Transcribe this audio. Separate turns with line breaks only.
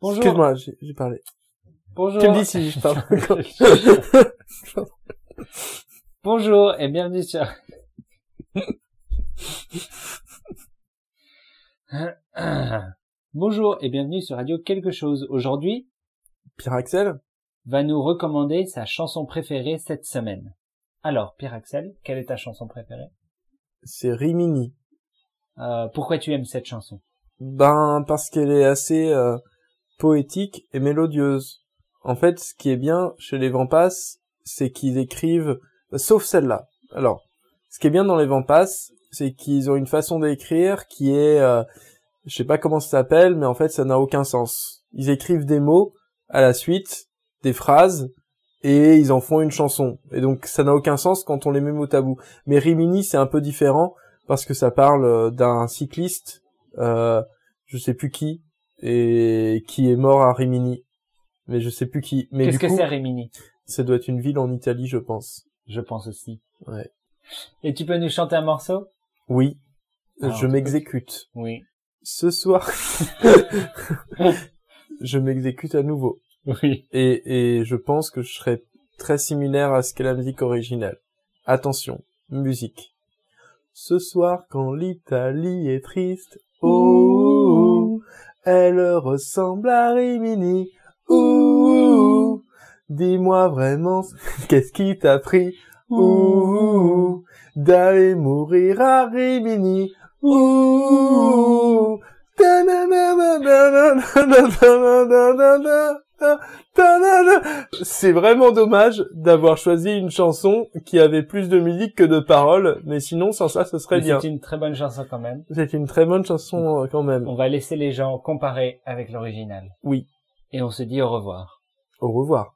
Bonjour.
Excuse-moi, j'ai j'ai parlé.
Bonjour.
Tu me dis si je parle encore.
Bonjour et bienvenue sur. Bonjour et bienvenue sur Radio Quelque chose. Aujourd'hui,
Pierre Axel,
va nous recommander sa chanson préférée cette semaine. Alors, Pierre Axel, quelle est ta chanson préférée
c'est Rimini.
Euh, Pourquoi tu aimes cette chanson
Ben parce qu'elle est assez euh, poétique et mélodieuse. En fait, ce qui est bien chez les Vampas, c'est qu'ils écrivent, sauf celle-là. Alors, ce qui est bien dans les Vampas, c'est qu'ils ont une façon d'écrire qui est, euh, je sais pas comment ça s'appelle, mais en fait, ça n'a aucun sens. Ils écrivent des mots à la suite, des phrases, et ils en font une chanson. Et donc, ça n'a aucun sens quand on les met mot à bout. Mais Rimini, c'est un peu différent parce que ça parle euh, d'un cycliste euh, je sais plus qui, et qui est mort à Rimini. Mais je sais plus qui. Mais
Qu'est-ce
du
que
coup,
c'est Rimini
ça doit être une ville en Italie, je pense.
Je pense aussi.
Ouais.
Et tu peux nous chanter un morceau
Oui,
Alors,
je
tu-
m'exécute.
Oui.
Ce soir, je m'exécute à nouveau.
Oui.
Et, et je pense que je serai très similaire à ce qu'est la musique originale. Attention, musique. Ce soir, quand l'Italie est triste, oh, Elle ressemble à Rimini. Ouh, dis-moi vraiment, qu'est-ce qui t'a pris Ouh, d'aller mourir à Rimini. Ouh, c'est vraiment dommage d'avoir choisi une chanson qui avait plus de musique que de paroles, mais sinon sans ça ce serait
Mais
bien.
C'est une très bonne chanson quand même.
C'est une très bonne chanson euh, quand même.
On va laisser les gens comparer avec l'original.
Oui.
Et on se dit au revoir.
Au revoir.